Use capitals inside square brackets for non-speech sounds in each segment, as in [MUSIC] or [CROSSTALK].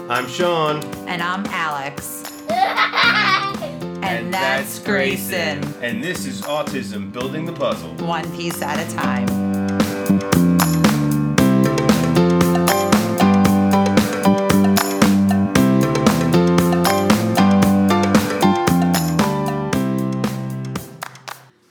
I'm Sean. And I'm Alex. And, that's Grayson. And this is Autism Building the Puzzle. One piece at a time.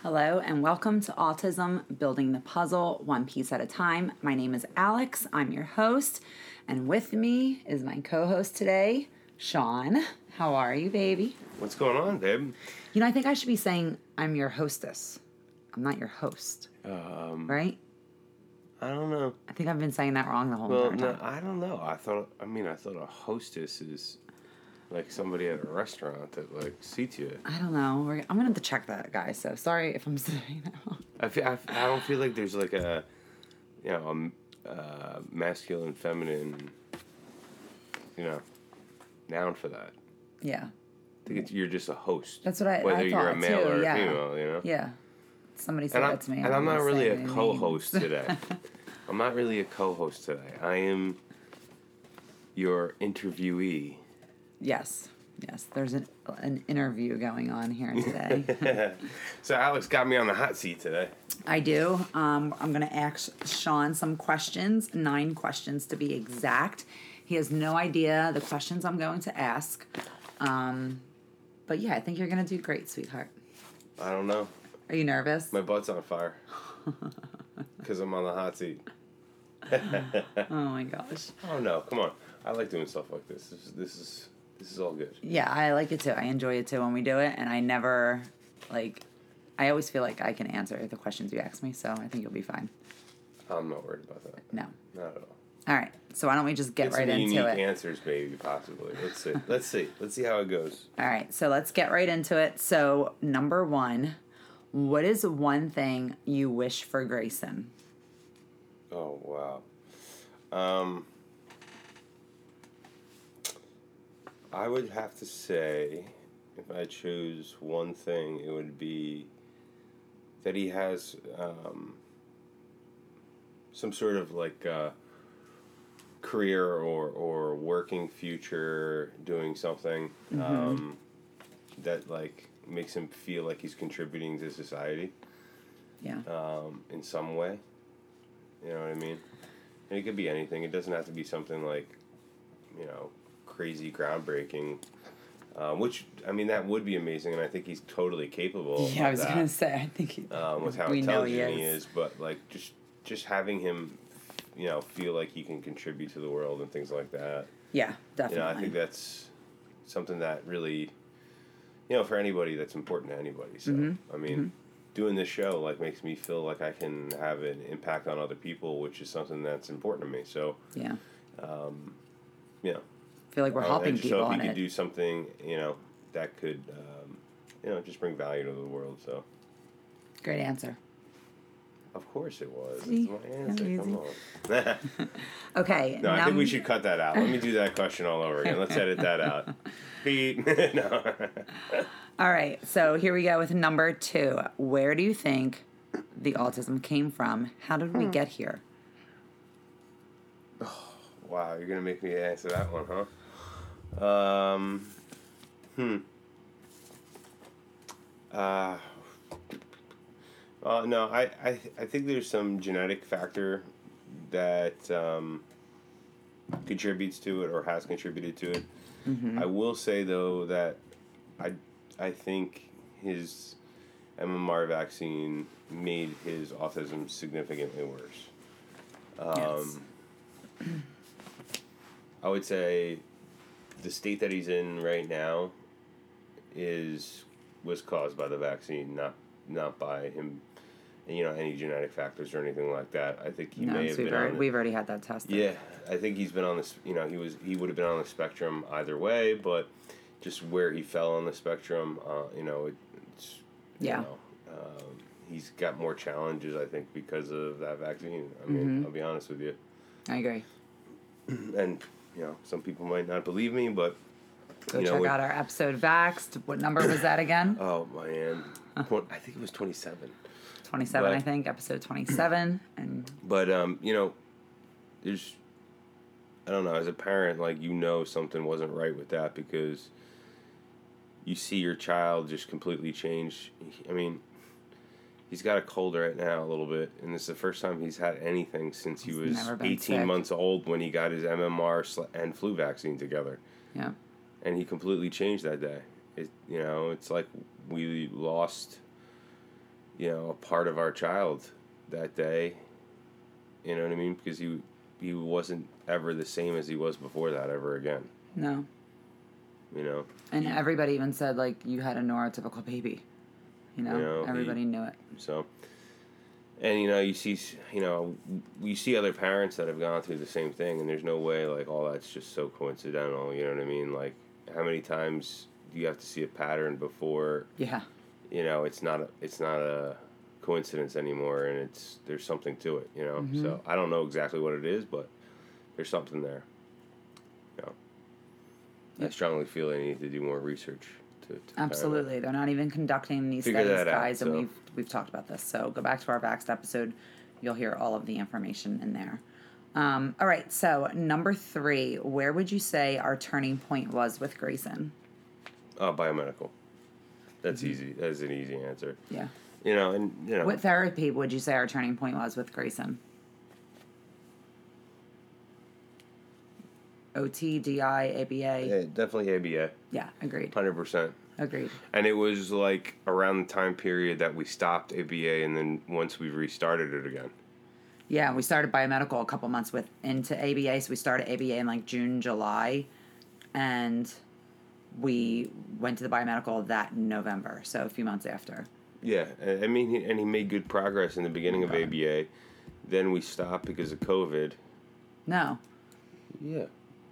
Hello and welcome to Autism Building the Puzzle One Piece at a Time. My name is Alex. I'm your host. And with me is my co host today, Sean. How are you, baby? What's going on, babe? You know, I think I should be saying I'm your hostess. I'm not your host, Um, right? I don't know. I think I've been saying that wrong the whole Well, entire no, time. I don't know. I thought. I mean, I thought a hostess is like somebody at a restaurant that like seats you. I don't know. We're, I'm gonna have to check that, guys. So sorry if I'm [LAUGHS] saying that wrong. I fe- I f- I don't feel like there's like a, you know, a m- uh, masculine, feminine, you know, noun for that. Yeah, I think it's, you're just a host. That's what I- I Whether you're a thought, male too, or a yeah. female, you know. yeah. Somebody said And I'm, that to me. and I'm gonna not really say a their co-host names. [LAUGHS] today. I'm not really a co-host today. I am your interviewee. yes, yes. There's an an interview going on [LAUGHS] here today. So Alex got me on the hot seat today. I do. Um, I'm gonna ask Sean some questions. Nine questions to be exact. He has no idea the questions I'm going to ask. Um, but yeah, I think you're gonna do great, sweetheart. I don't know. Are you nervous? My butt's on fire. [LAUGHS] Because I'm on the hot seat. Oh my gosh. Oh no! Come on. I like doing stuff like this. This is this is, this is all good. Yeah, I like it too. I enjoy it too when we do it, and I never like. I always feel like I can answer the questions you ask me, so I think you'll be fine. I'm not worried about that. No. Not at all. All right. So why don't we just get Get right some into unique it? answers, maybe possibly. Let's see. Let's see. Let's see how it goes. All right. So let's get right into it. So number one, what is one thing you wish for Grayson? Oh wow. Um, I would have to say, if I chose one thing, it would be that he has um, some sort of like uh, career or or working future, doing something um, that like makes him feel like he's contributing to society Yeah. um, in some way. You know what I mean? And it could be anything. It doesn't have to be something like, you know, crazy groundbreaking. Um, which I mean, that would be amazing, and I think he's totally capable. [LAUGHS] [LAUGHS] yeah, I of was that, gonna say. I think he, um, with how we know intelligent he he is. is, but like just just having him, you know, feel like he can contribute to the world and things like that. yeah, You definitely. know, I think that's something that really, you know, for anybody that's important to anybody. So, I mean, doing this show like makes me feel like I can have an impact on other people, which is something that's important to me. So, yeah. you know, I feel like we're I- I helping just people hope in you it. could do something, you know, that could, um, you know, just bring value to the world. So, Great answer. of course it was. See? That's my How answer. Come on. [LAUGHS] Okay. no, I think we num- should cut that out. Let me do that question all over again. [LAUGHS] Let's edit that out. Beep. [LAUGHS] no. All right, so here we go with number two. Where do you think the autism came from? How did we get here? Wow, you're gonna make me answer that one, huh? Um, hmm. Uh, uh, no, I, I, I think there's some genetic factor that um, contributes to it or has contributed to it. I will say though that I, I think his MMR vaccine made his autism significantly worse. Um, I would say the state that he's in right now is was caused by the vaccine, not not by him. You know, any genetic factors or anything like that. I think he no, may so have we've, been already, on the- we've already had that tested. yeah, I think he's been on this. You know, he was he would have been on the spectrum either way, but just where he fell on the spectrum, uh, you know, it, it's you Yeah. know, um, he's got more challenges, I think, because of that vaccine. I mean, Mm-hmm. I'll be honest with you, I agree. and you know, some people might not believe me, but Go you know, check we- out our episode Vaxxed. What number was [CLEARS THROAT] that again? oh man, Twen- I think it was twenty seven. 27, I but- think, episode 27. [CLEARS THROAT] And But um, you know, there's I don't know, as a parent, like you know something wasn't right with that because you see your child just completely change. I mean, he's got a cold right now a little bit, and this is the first time he's had anything since he He's was never been 18 sick. months old when he got his MMR sl- and flu vaccine together Yeah. and he completely changed that day. It, you know, it's like we lost, you know, a part of our child that day. You know what I mean? Because he he wasn't ever the same as he was before that ever again. No. You know, And everybody even said like you had a neurotypical baby. You know, You know, he- everybody knew it. so. And you know, you see, you know, you see other parents that have gone through the same thing, and there's no way like all that's just so coincidental. You know what I mean? Like, how many times do you have to see a pattern before Yeah. you know it's not a, it's not a coincidence anymore and it's there's something to it you know so Mm-hmm. i don't know exactly what it is but there's something there you know i Yep. strongly feel i need to do more research to, to kinda- Absolutely. They're not even conducting these Figure studies, that out, guys, so- and we've we've talked about this. So go back to our Vaxxed episode. You'll hear all of the information in there. Um, all right, so number three, where would you say our turning point was with Grayson? oh biomedical that's easy that's an easy answer Yeah. you know and you know Mm-hmm. What therapy would you say our turning point was with Grayson? OT, DI, ABA. yeah, definitely aba Yeah, agreed. 100% Agreed. and it was like around the time period that we stopped aba and then once we restarted it again Yeah, we started biomedical a couple months with into ABA. So we started ABA in like June, July, and we went to the biomedical that November. So a few months after. Yeah, I I mean, he, and he made good progress in the beginning of ABA. Then we stopped because of COVID. No, Yeah.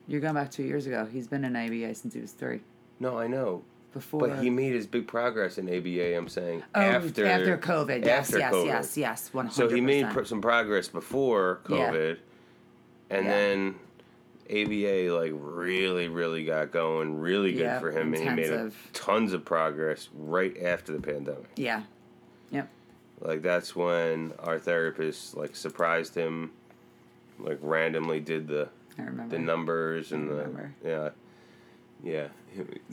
you're going back two years ago. He's been in ABA since he was three. No, I know. Before. But he made his big progress in ABA. I'm saying Oh, after after COVID. Yes, after yes, COVID. yes, yes. One hundred. So he made pr- some progress before Yeah. COVID, and Yeah. then ABA like really, really got going, really good Yeah, for him, and he made a, intensive. tons of progress right after the pandemic. Yeah. Yep. like that's when our therapist like surprised him like randomly did the I remember. the numbers and the remember. yeah yeah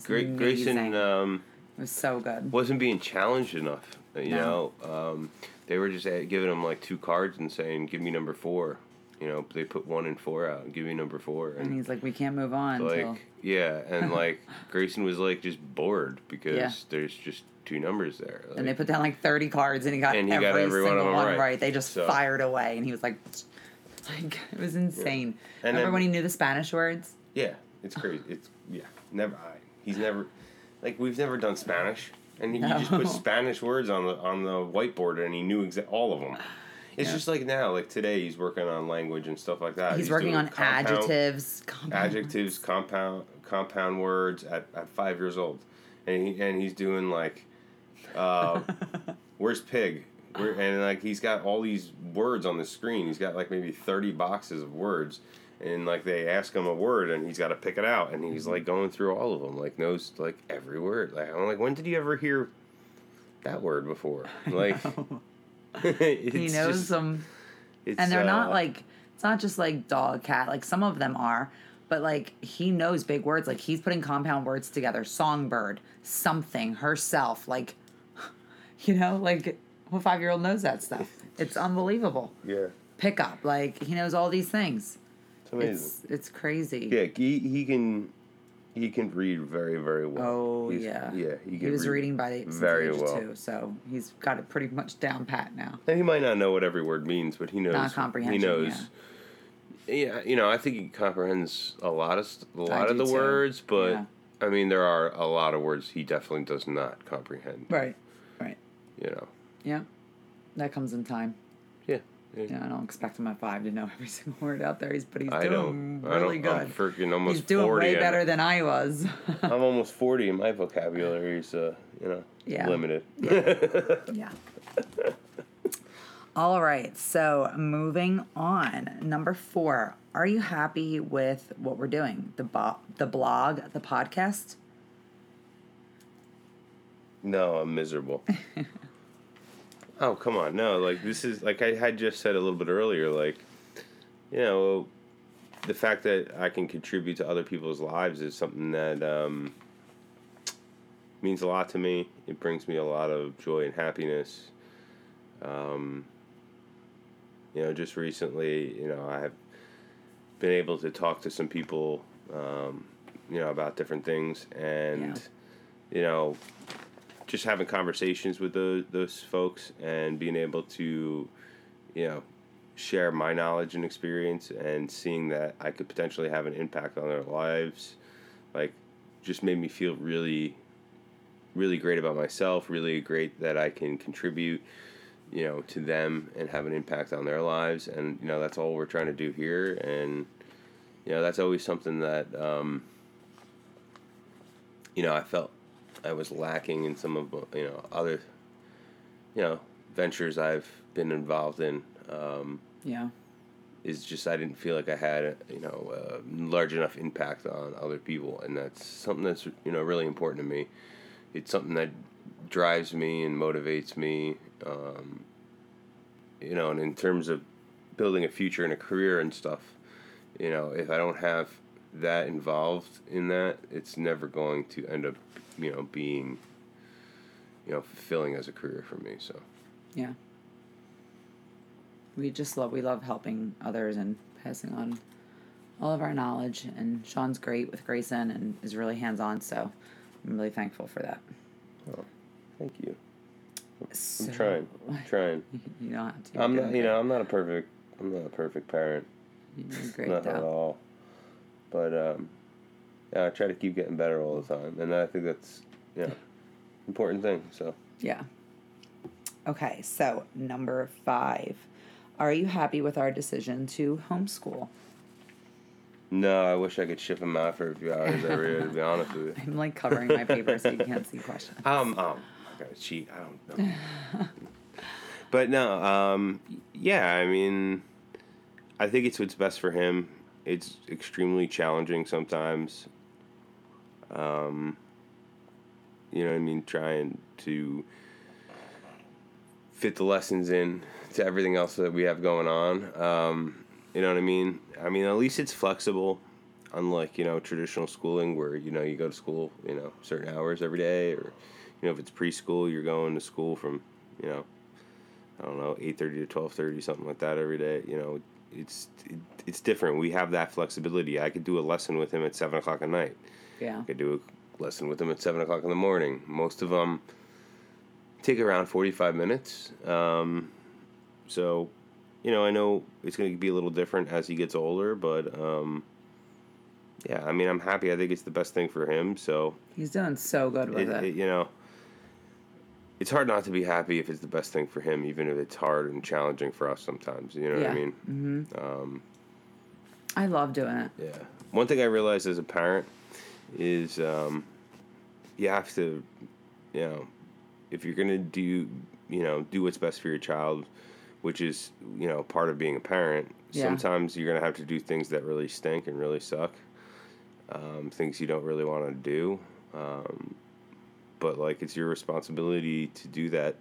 Gra- amazing. grayson um, it was so good. wasn't being challenged enough you No. know um, they were just uh, giving him like two cards and saying give me number four you know they put one and four out give me number four And and he's like, we can't move on. till like yeah [LAUGHS] and like grayson was like just bored because Yeah. there's just two numbers there and they like- put down like 30 cards and he got, And he every, got every one of single one them right. right. They just So- fired away and he was like, [LAUGHS] like it was insane. And Remember then- when he knew the Spanish words? Yeah, it's crazy. It's yeah, never. I, he's never, like we've never done Spanish, and you just put No. [LAUGHS] Spanish words on the on the whiteboard, and he knew exa- all of them. It's Yeah. just like now, like today, he's working on language and stuff like that. He's, working doing on compound- adjectives. compound- adjectives, compound compound words at, at five years old, and he, and he's doing like, uh, where's pig? Where, and like he's got all these words on the screen. He's got like maybe thirty boxes of words, and like they ask him a word, and he's got to pick it out, and he's like going through all of them, like knows like every word. Like I'm like, when did you ever hear that word before? Like [LAUGHS] He knows them. And they're uh, not like, it's not just like dog, cat. Like some of them are. But like he knows big words. Like he's putting compound words together. Songbird, something, herself. Like, [LAUGHS] you know, like a five year old knows that stuff. It's unbelievable. yeah, pickup. Like he knows all these things. it's amazing. It's it's crazy. Yeah, he, he can he can read very very well. Oh He's- yeah. yeah. He, He can was read reading by the since the very age of well. two, so he's got it pretty much down pat now. And he might not know what every word means, but he knows. Not comprehension, He knows. Yeah. you know, I think he comprehends a lot of st- a lot do of the too, words, but yeah. I mean, there are a lot of words he definitely does not comprehend. Right. Right. You know. Yeah. That comes in time. Yeah. yeah. You know, I don't expect him at five to know [LAUGHS] every single word out there. He's but he's I doing don't. I really don't. I'm good. freaking almost he's doing forty. way and- better than I was. [LAUGHS] I'm almost forty, and my vocabulary is, uh, you know, Yeah. limited. yeah. All right, so moving on. Number four, are you happy with what we're doing? The bo- the blog, the podcast? No, I'm miserable. oh, come on. No, like this is like I had just said a little bit earlier, like you know, the fact that I can contribute to other people's lives is something that um, means a lot to me. It brings me a lot of joy and happiness. Um, you know, just recently, you know, I've been able to talk to some people, um, you know, about different things, and you know, just having conversations with those those folks and being able to, you know, share my knowledge and experience and seeing that I could potentially have an impact on their lives, like, just made me feel really, really great about myself. Really great that I can contribute you know to them and have an impact on their lives and you know that's all we're trying to do here and you know that's always something that um, you know I felt I was lacking in some of you know other you know ventures I've been involved in um, Yeah. is just I didn't feel like I had you know a large enough impact on other people, and that's something that's you know really important to me. It's something that drives me and motivates me, um, you know. And in terms of building a future and a career and stuff, you know, if I don't have that involved in that, it's never going to end up, you know, being, you know, fulfilling as a career for me. So. Yeah. We just love we love helping others and passing on all of our knowledge and Sean's great with Grayson and is really hands on, so I'm really thankful for that. Oh, thank you. I'm So- [LAUGHS] trying. I'm trying. You don't have to. I'm You're not, doing you know, I'm not a perfect, I'm not a perfect parent, great. You're great not at though. all. But um, yeah, I try to keep getting better all the time, and I think that's, you [LAUGHS] know, important thing. So Yeah. Okay, so number five. Are you happy with our decision to homeschool? [LAUGHS] no, I wish I could ship him out for a few hours every day. To be honest with you, I'm like covering my paper so you can't see questions. um, um, I gotta cheat. I don't know. [LAUGHS] but no, um, yeah, I mean, I think it's what's best for him. It's extremely challenging sometimes. Um, you know what I mean? Trying to fit the lessons in to everything else that we have going on. Um, you know what I mean? I mean, at least it's flexible, unlike, you know, traditional schooling where, you know, you go to school, you know, certain hours every day or, you know, if it's preschool, you're going to school from, you know, I don't know, 8:30 to 12:30 something like that every day, you know, it's it, it's different. We have that flexibility. I could do a lesson with him at seven o'clock at night. Yeah. I could do a lesson with them at seven o'clock in the morning. Most of them take around forty-five minutes. Um, so, you know, I know it's going to be a little different as he gets older, but um, yeah, I mean, I'm happy. I think it's the best thing for him. So, He's doing so good with it, it. it, you know, it's hard not to be happy if it's the best thing for him, even if it's hard and challenging for us sometimes. You know what Yeah. I mean? hmm Um, I love doing it. yeah. One thing I realized as a parent is um, you have to, you know, if you're gonna do, you know, do what's best for your child, which is, you know, part of being a parent. Yeah. Sometimes you're gonna have to do things that really stink and really suck, um, things you don't really want to do. Um, but like, it's your responsibility to do that,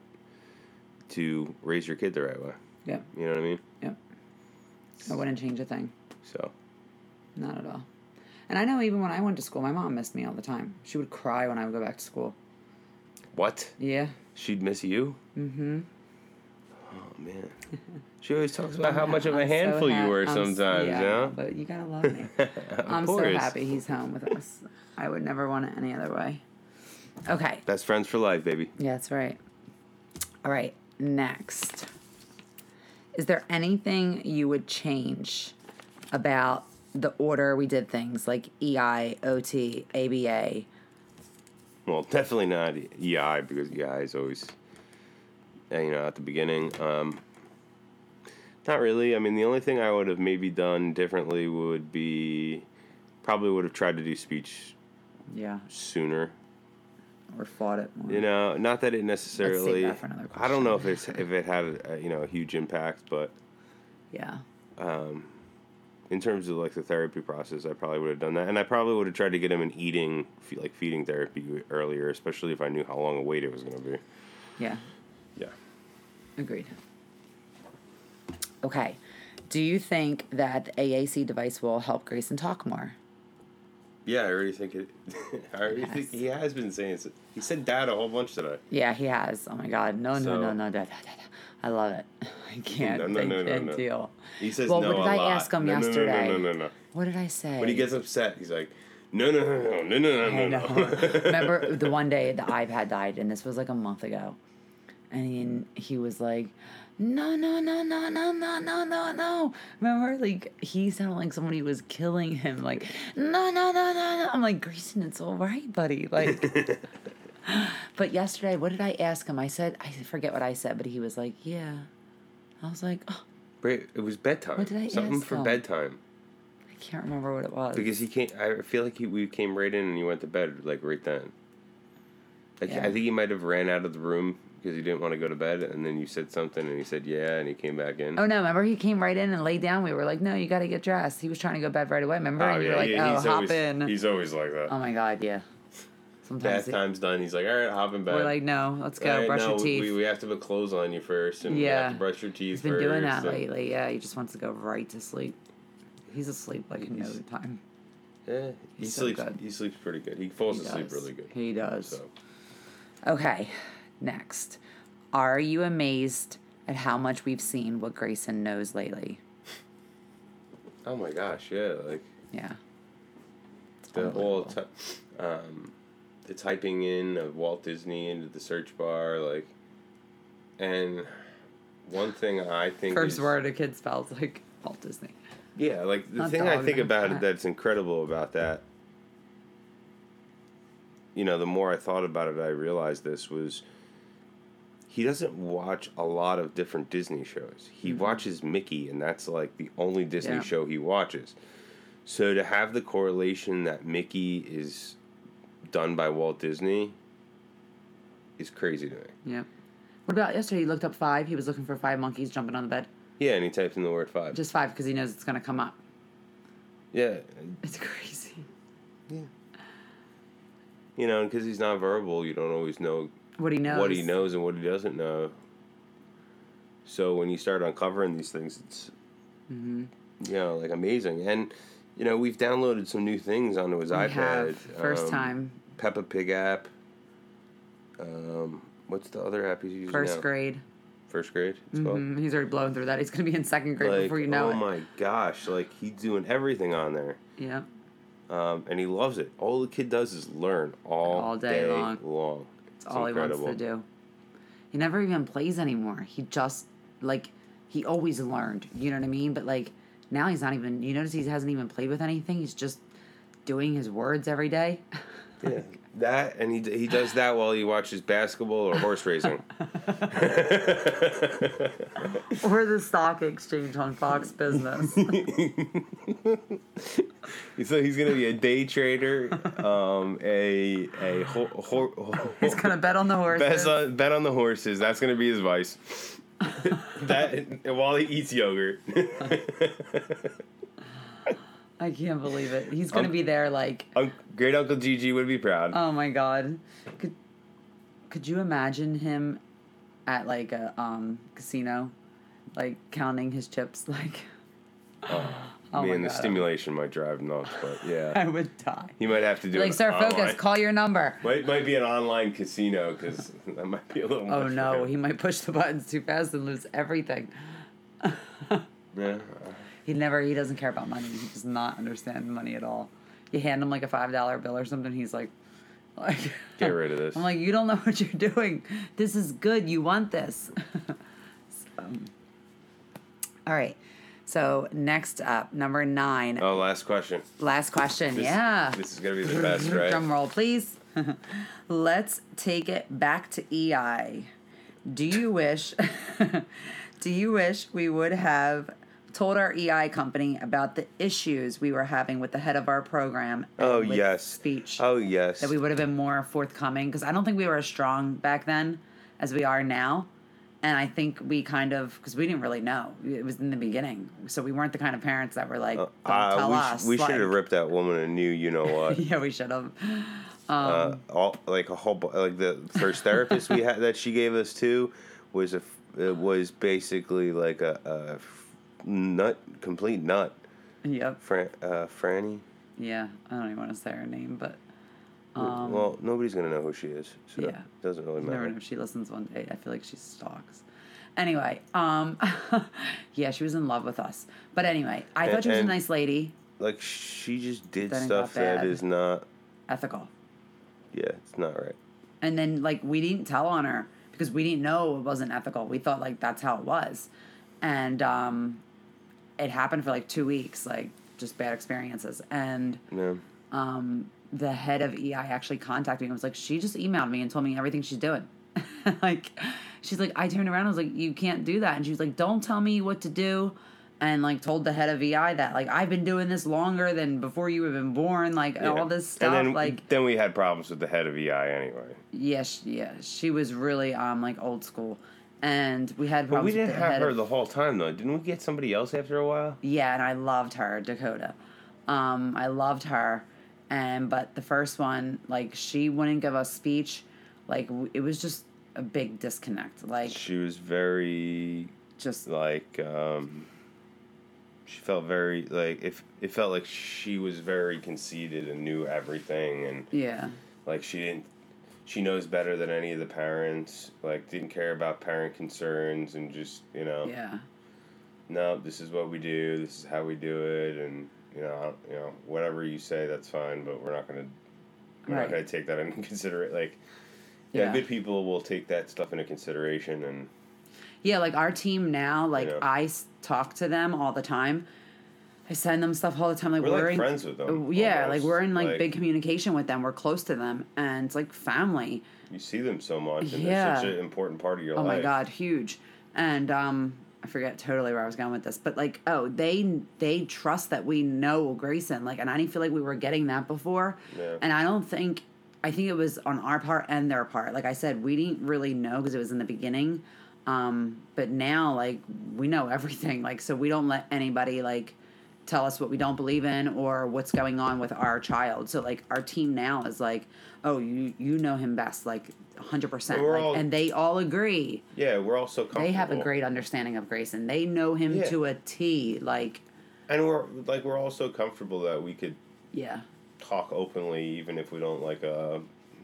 to raise your kid the right way. Yep. You know what I mean? Yep. I wouldn't change a thing. So Not at all. And I know even when I went to school, my mom missed me all the time. She would cry when I would go back to school. what? Yeah. She'd miss you. Mm-hmm. Oh man, she always talks about [LAUGHS] how much of a handful you were sometimes. yeah, Yeah, But you gotta love me. [LAUGHS] of I'm so course. happy he's home with us. I would never want it any other way. Okay. Best friends for life, baby. Yeah, that's right. All right. Next. Is there anything you would change about the order we did things like E EI, OT, ABA? Well, definitely not EI because EI is always, eh, you know, at the beginning. Um, not really. I mean, the only thing I would have maybe done differently would be probably would have tried to do speech Yeah. sooner. Or fought it more. You know, not that it necessarily. that for another I don't know if it's if it had a, you know a huge impact, but Yeah. in terms of like the therapy process, I probably would have done that, and I probably would have tried to get him an eating, fe- like feeding therapy earlier, especially if I knew how long a wait it was going to be. Yeah. Yeah. Agreed. Okay. Do you think that the AAC device will help Grayson talk more? Yeah, I already think it. [LAUGHS] I already Yes. think he has been saying so. He said dad a whole bunch today. Yeah, he has. Oh my God. No, no, So- no, no, da, da, da, da. I love it. [LAUGHS] I can't. No, no, I no, no, can't no. deal. He says Well, no what did a I lot. ask him No, no, no, no, yesterday? No, no, no, no. What did I say? When he gets upset, he's like, no, no, no, no, no, no, no, I no, know. [LAUGHS] [LAUGHS] no. Remember the one day the iPad died, and this was like a month ago, and he, he was like, "No, no, no, no, no, no, no, no, no." Remember, like he sounded like somebody was killing him. Like, no, no, no, no, no. I'm like, Grayson, it's all right, buddy. [LAUGHS] Like. But yesterday, what did I ask him? I said, I forget what I said, but he was like, Yeah. I was like, Oh, Wait, it was bedtime. What did I Something ask for him? bedtime. I can't remember what it was. Because he came, I feel like he, we came right in and he went to bed like right then. Like Yeah. I think he might have ran out of the room because he didn't want to go to bed, and then you said something, and he said yeah, and he came back in. Oh no! Remember, he came right in and laid down. We were like, "No, you got to get dressed." He was trying to go to bed right away. Remember, and you were like, "Oh, he's hop always, in." He's always like that. Oh my god, yeah. Sometimes Bath it- time's done. He's like, all right, hop in bed. we're like, no, let's go "All right, brush no, your teeth. uh, We, we have to put clothes on you first, and we Yeah. have to brush your teeth. He's been first, doing that and- lately. Yeah, he just wants to go right to sleep. He's asleep like no He's- time. Yeah, he He's so sleeps. good. He sleeps pretty good. He falls He asleep does. really good. He does. So Okay, next. Are you amazed at how much we've seen what Grayson knows lately? Oh my gosh, yeah, like Yeah. the whole unbelievable. ty- um, the typing in of Walt Disney into the search bar, like, and one thing I think First is- word a kid spells [LAUGHS] like Walt Disney. yeah, like the Not thing I dog, think not about cat. it that's incredible about that. You know, the more I thought about it, I realized this was. He doesn't watch a lot of different Disney shows. He watches Mickey, and that's like the only Disney Mm-hmm. Yeah. show he watches. So to have the correlation that Mickey is done by Walt Disney is crazy to me. Yeah. What about yesterday? He looked up five. He was looking for five monkeys jumping on the bed. Yeah, and he types in the word five. Just five because he knows it's gonna come up. yeah, It's [LAUGHS] crazy. you know, because he's not verbal, you don't always know What he knows. what he knows and what he doesn't know. So when you start uncovering these things, it's Mm-hmm. you know like amazing, and you know we've downloaded some new things onto his We iPad. have first Um, time, Peppa Pig app. Um, what's the other app he's using first now? grade. First grade. It's called? Mm, he's already blown through that. He's gonna be in second grade Like, before you know oh it. my gosh! Like he's doing everything on there, Yeah, um, and he loves it. All the kid does is learn all, All day long. long. It's that's all he wants to do. He never even plays anymore. He just like he always learned. You know what I mean? But like now he's not even. You notice he hasn't even played with anything. He's just doing his words every day. [LAUGHS] Yeah, [LAUGHS] that and he he does that while he watches basketball or horse [LAUGHS] racing. or the stock exchange on Fox Business. so he's gonna be a day trader, um, a a ho- ho- ho- he's [LAUGHS] gonna bet on the horses. bet on, bet on the horses. That's gonna be his vice. [LAUGHS] that and while he eats [LAUGHS] yogurt. I can't believe it. He's Um, gonna be there like Un- Great Uncle Gigi would be proud. Oh my god. Could could you imagine him at like a um casino like counting his chips [LAUGHS] like oh Me my and the God. stimulation might drive him nuts, but yeah, I would die. he might have to do Like it sir focus, online. call your number. Might might be an online casino because that might be a little. Oh much for no, him. he might push the buttons too fast and lose everything. Yeah. He never he doesn't care about money. He does not understand money at all. You hand him like a five dollar bill or something, he's like like [LAUGHS] Get rid of this. I'm like, you don't know [LAUGHS] what you're doing. This is good. You want this. [LAUGHS] So, um, all right. So next up, number nine. oh, last question. Last question. This- yeah. This is gonna be the best, right? [LAUGHS] Drum roll, please. [LAUGHS] Let's take it back to EI. Do you wish? [LAUGHS] do you wish we would have told our EI company about the issues we were having with the head of our program? and Oh with yes. speech Oh yes. that we would have been more forthcoming because I don't think we were as strong back then as we are now. And I think we kind of because we didn't really know it was in the beginning, so we weren't the kind of parents that were like, "Don't Uh, tell we sh- us." we like- should have ripped that woman a new, you know [LAUGHS] what? Yeah, we should have. uh, all like a whole bu- like the first therapist we had that she gave us too was a f- it was basically like a, a f- nut, complete nut, Yep. Fran, uh, Franny. Yeah. I don't even want to say her name, but well, nobody's gonna know who she is, so Um, yeah. it doesn't really You never matter. know if she listens one day. I feel like she stalks. Anyway, um, [LAUGHS] yeah, she was in love with us. But anyway, I And- thought she was a and- nice lady, Like she just did That ain't stuff that that bad. is not. ethical. Yeah, it's not right. And then like we didn't tell on her because we didn't know it wasn't ethical. We thought like that's how it was, and um, it happened for like two weeks, like just bad experiences. And No. um, the head of EI actually contacted me and was like, she just emailed me and told me everything she's doing. [LAUGHS] like, she's like, I turned around and was like, you can't do that. And she was like, don't tell me what to do. And like, told the head of EI that, like, I've been doing this longer than before you even born, like, Yeah. all this stuff. And then, like, then we had problems with the head of EI anyway. yeah, she, yeah, she was really, um, like, old school. And we had But problems we with didn't the have head her of- the whole time though. Didn't we get somebody else after a while? Yeah, and I loved her, Dakota. Um, I loved her, and but the first one, like she wouldn't give us speech. Like w- it was just a big disconnect. Like She was very just like um she felt very like if it felt like she was very conceited and knew everything and yeah, like she didn't she knows better than any of the parents like didn't care about parent concerns and just you know yeah, no this is what we do this is how we do it and you know I don't- you know whatever you say that's fine but we're not gonna we're Right. not gonna take that [LAUGHS] into consideration like yeah, Yeah. good people will take that stuff into consideration and yeah. Like our team now, like Yeah. I s- talk to them all the time. I send them stuff all the time. Like we're, we're, like in, friends with them yeah, almost. like we're in like, big communication with them. We're close to them, and it's like family. you see them so much and Yeah. they're such an important part of your Oh life my god, huge. And um I forget totally where I was going with this, but like, oh, they they trust that we know Grayson, like, and I didn't feel like we were getting that before, Yeah. and I don't think, I think it was on our part and their part. Like I said, we didn't really know because it was in the beginning, um, but now like we know everything, like, so we don't let anybody like tell us what we don't believe in or what's going on with our child. So like our team now is like, oh, you you know him best, like, hundred percent, And we're like, all- and they all agree. yeah we're all so comfortable They have a great understanding of Grayson. They know him Yeah. to a T. Like, and we're like we're all so comfortable that we could yeah, talk openly even if we don't like uh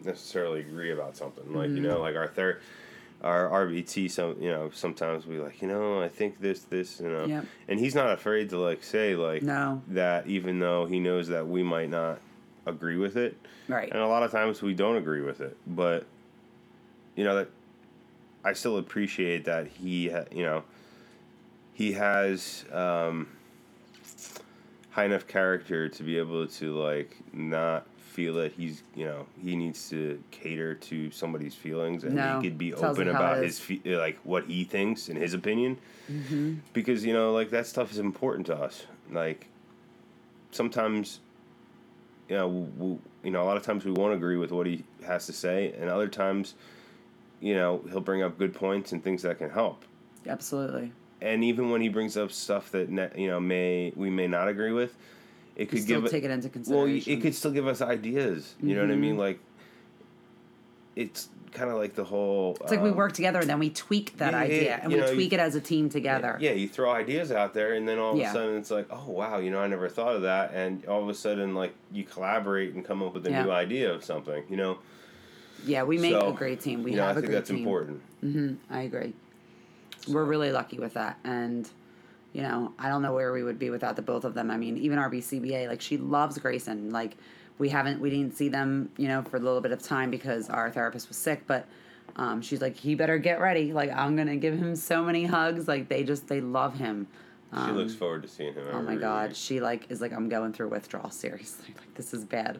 necessarily agree about something like you Mm-hmm. know like our ther- our RBT some you know sometimes we like you know I think this this you know Yep. and he's not afraid to like say like No. that even though he knows that we might not agree with it right, and a lot of times we don't agree with it but you know that I still appreciate that he ha- you know he has um, high enough character to be able to like not feel that he's you know he needs to cater to somebody's feelings and No, he could be tells you open how about it his is. fe- like what he thinks and his opinion Mm-hmm. because you know like that stuff is important to us like sometimes you know we, you know a lot of times we won't agree with what he has to say and other times you know he'll bring up good points and things that can help absolutely. and even when he brings up stuff that ne- you know may we may not agree with, it You could still give take it into well, consideration. Mm-hmm. it could still give us ideas. You know what I mean? Like, it's kind of like the whole. um, it's like we work together and then we tweak that yeah, yeah, idea and you we know, you- tweak it as a team together. Yeah, you throw ideas out there, and then all of Yeah. a sudden it's like, oh wow, you know, I never thought of that, and all of a sudden like you collaborate and come up with a Yeah. new idea of something. You know, Yeah, we make So, a great team. We you know, have I a think great that's team. important. Mm-hmm. I agree. We're really lucky with that. And, you know, I don't know where we would be without the both of them. I mean, even our BCBA, like, she loves Grayson. Like, we haven't, we didn't see them, you know, for a little bit of time because our therapist was sick, but um, she's like, he better get ready. Like, I'm going to give him so many hugs. Like, they just, they love him. Um, She looks forward to seeing him. oh my God. She, like, is like, I'm going through withdrawal, seriously. [LAUGHS] Like, this is bad.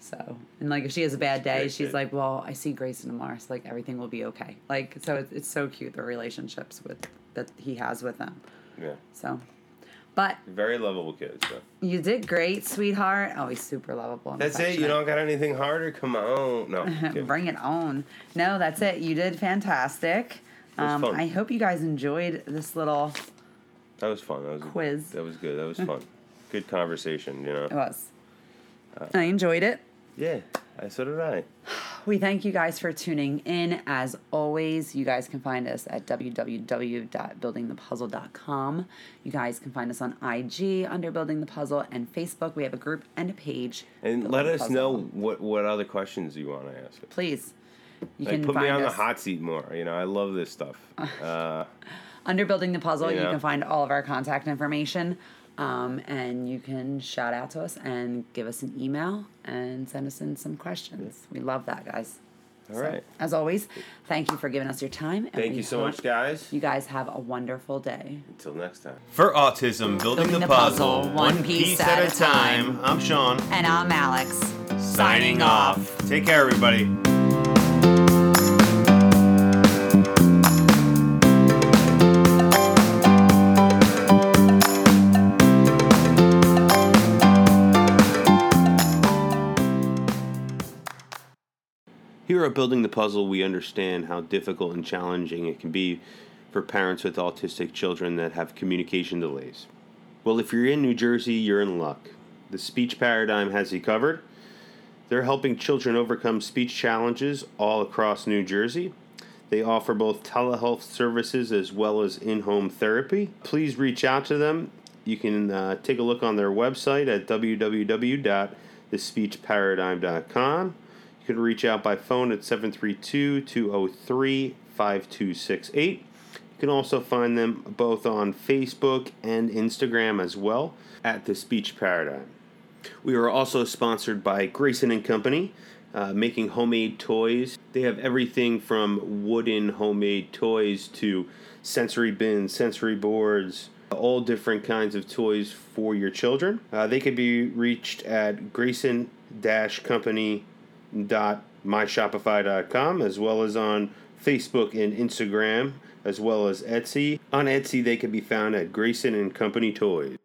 So, and like, if she has a bad day, great, she's good. like, well, I see Grayson tomorrow, so like everything will be okay. Like, so it's, it's so cute the relationships with that he has with them. Yeah, So, but very lovable kids. So. you did great, sweetheart. Oh, he's super lovable. and That's it. You affectionate. don't got anything harder? Come on. No. [LAUGHS] kidding. Bring it on. No, that's it. You did fantastic. was Um, fun. I hope you guys enjoyed this little. That was fun. That was Quiz. That was good. That was fun. good [LAUGHS] conversation. You It know. was. I enjoyed it. Yeah. I so did I. We thank you guys for tuning in. As always, you guys can find us at www.buildingthepuzzle.com. You guys can find us on IG under Building the Puzzle and Facebook. We have a group and a page. And Building let the us Puzzle. know what, what other questions you want to ask. us. Please. You Like, can put find me on us the hot seat more. You know, I love this [LAUGHS] stuff. Uh, under Building the Puzzle. You Yeah. can find all of our contact information. Um, and you can shout out to us and give us an email and send us in some questions. We love that, guys. all right. As always, thank you for giving us your time. And Thank we you so hope much, guys. You guys have a wonderful day. Until next time. For Autism Building, the, puzzle, one piece, at, a time. I'm Sean, And I'm Alex. signing off. Take care, everybody. Here at Building the Puzzle, we understand how difficult and challenging it can be for parents with autistic children that have communication delays. Well, if you're in New Jersey, you're in luck. The Speech Paradigm has you covered. They're helping children overcome speech challenges all across New Jersey. They offer both telehealth services as well as in home therapy. Please reach out to them. You can uh, take a look on their website at www.thespeechparadigm.com. You can reach out by phone at 732 203 5268. You can also find them both on Facebook and Instagram as well at The Speech Paradigm. We are also sponsored by Grayson and Company, uh, making homemade toys. They have everything from wooden homemade toys to sensory bins, sensory boards, all different kinds of toys for your children. Uh, they can be reached at grayson-company.myshopify.com as well as on Facebook and Instagram as well as Etsy. On Etsy, they can be found at Grayson and Company Toys.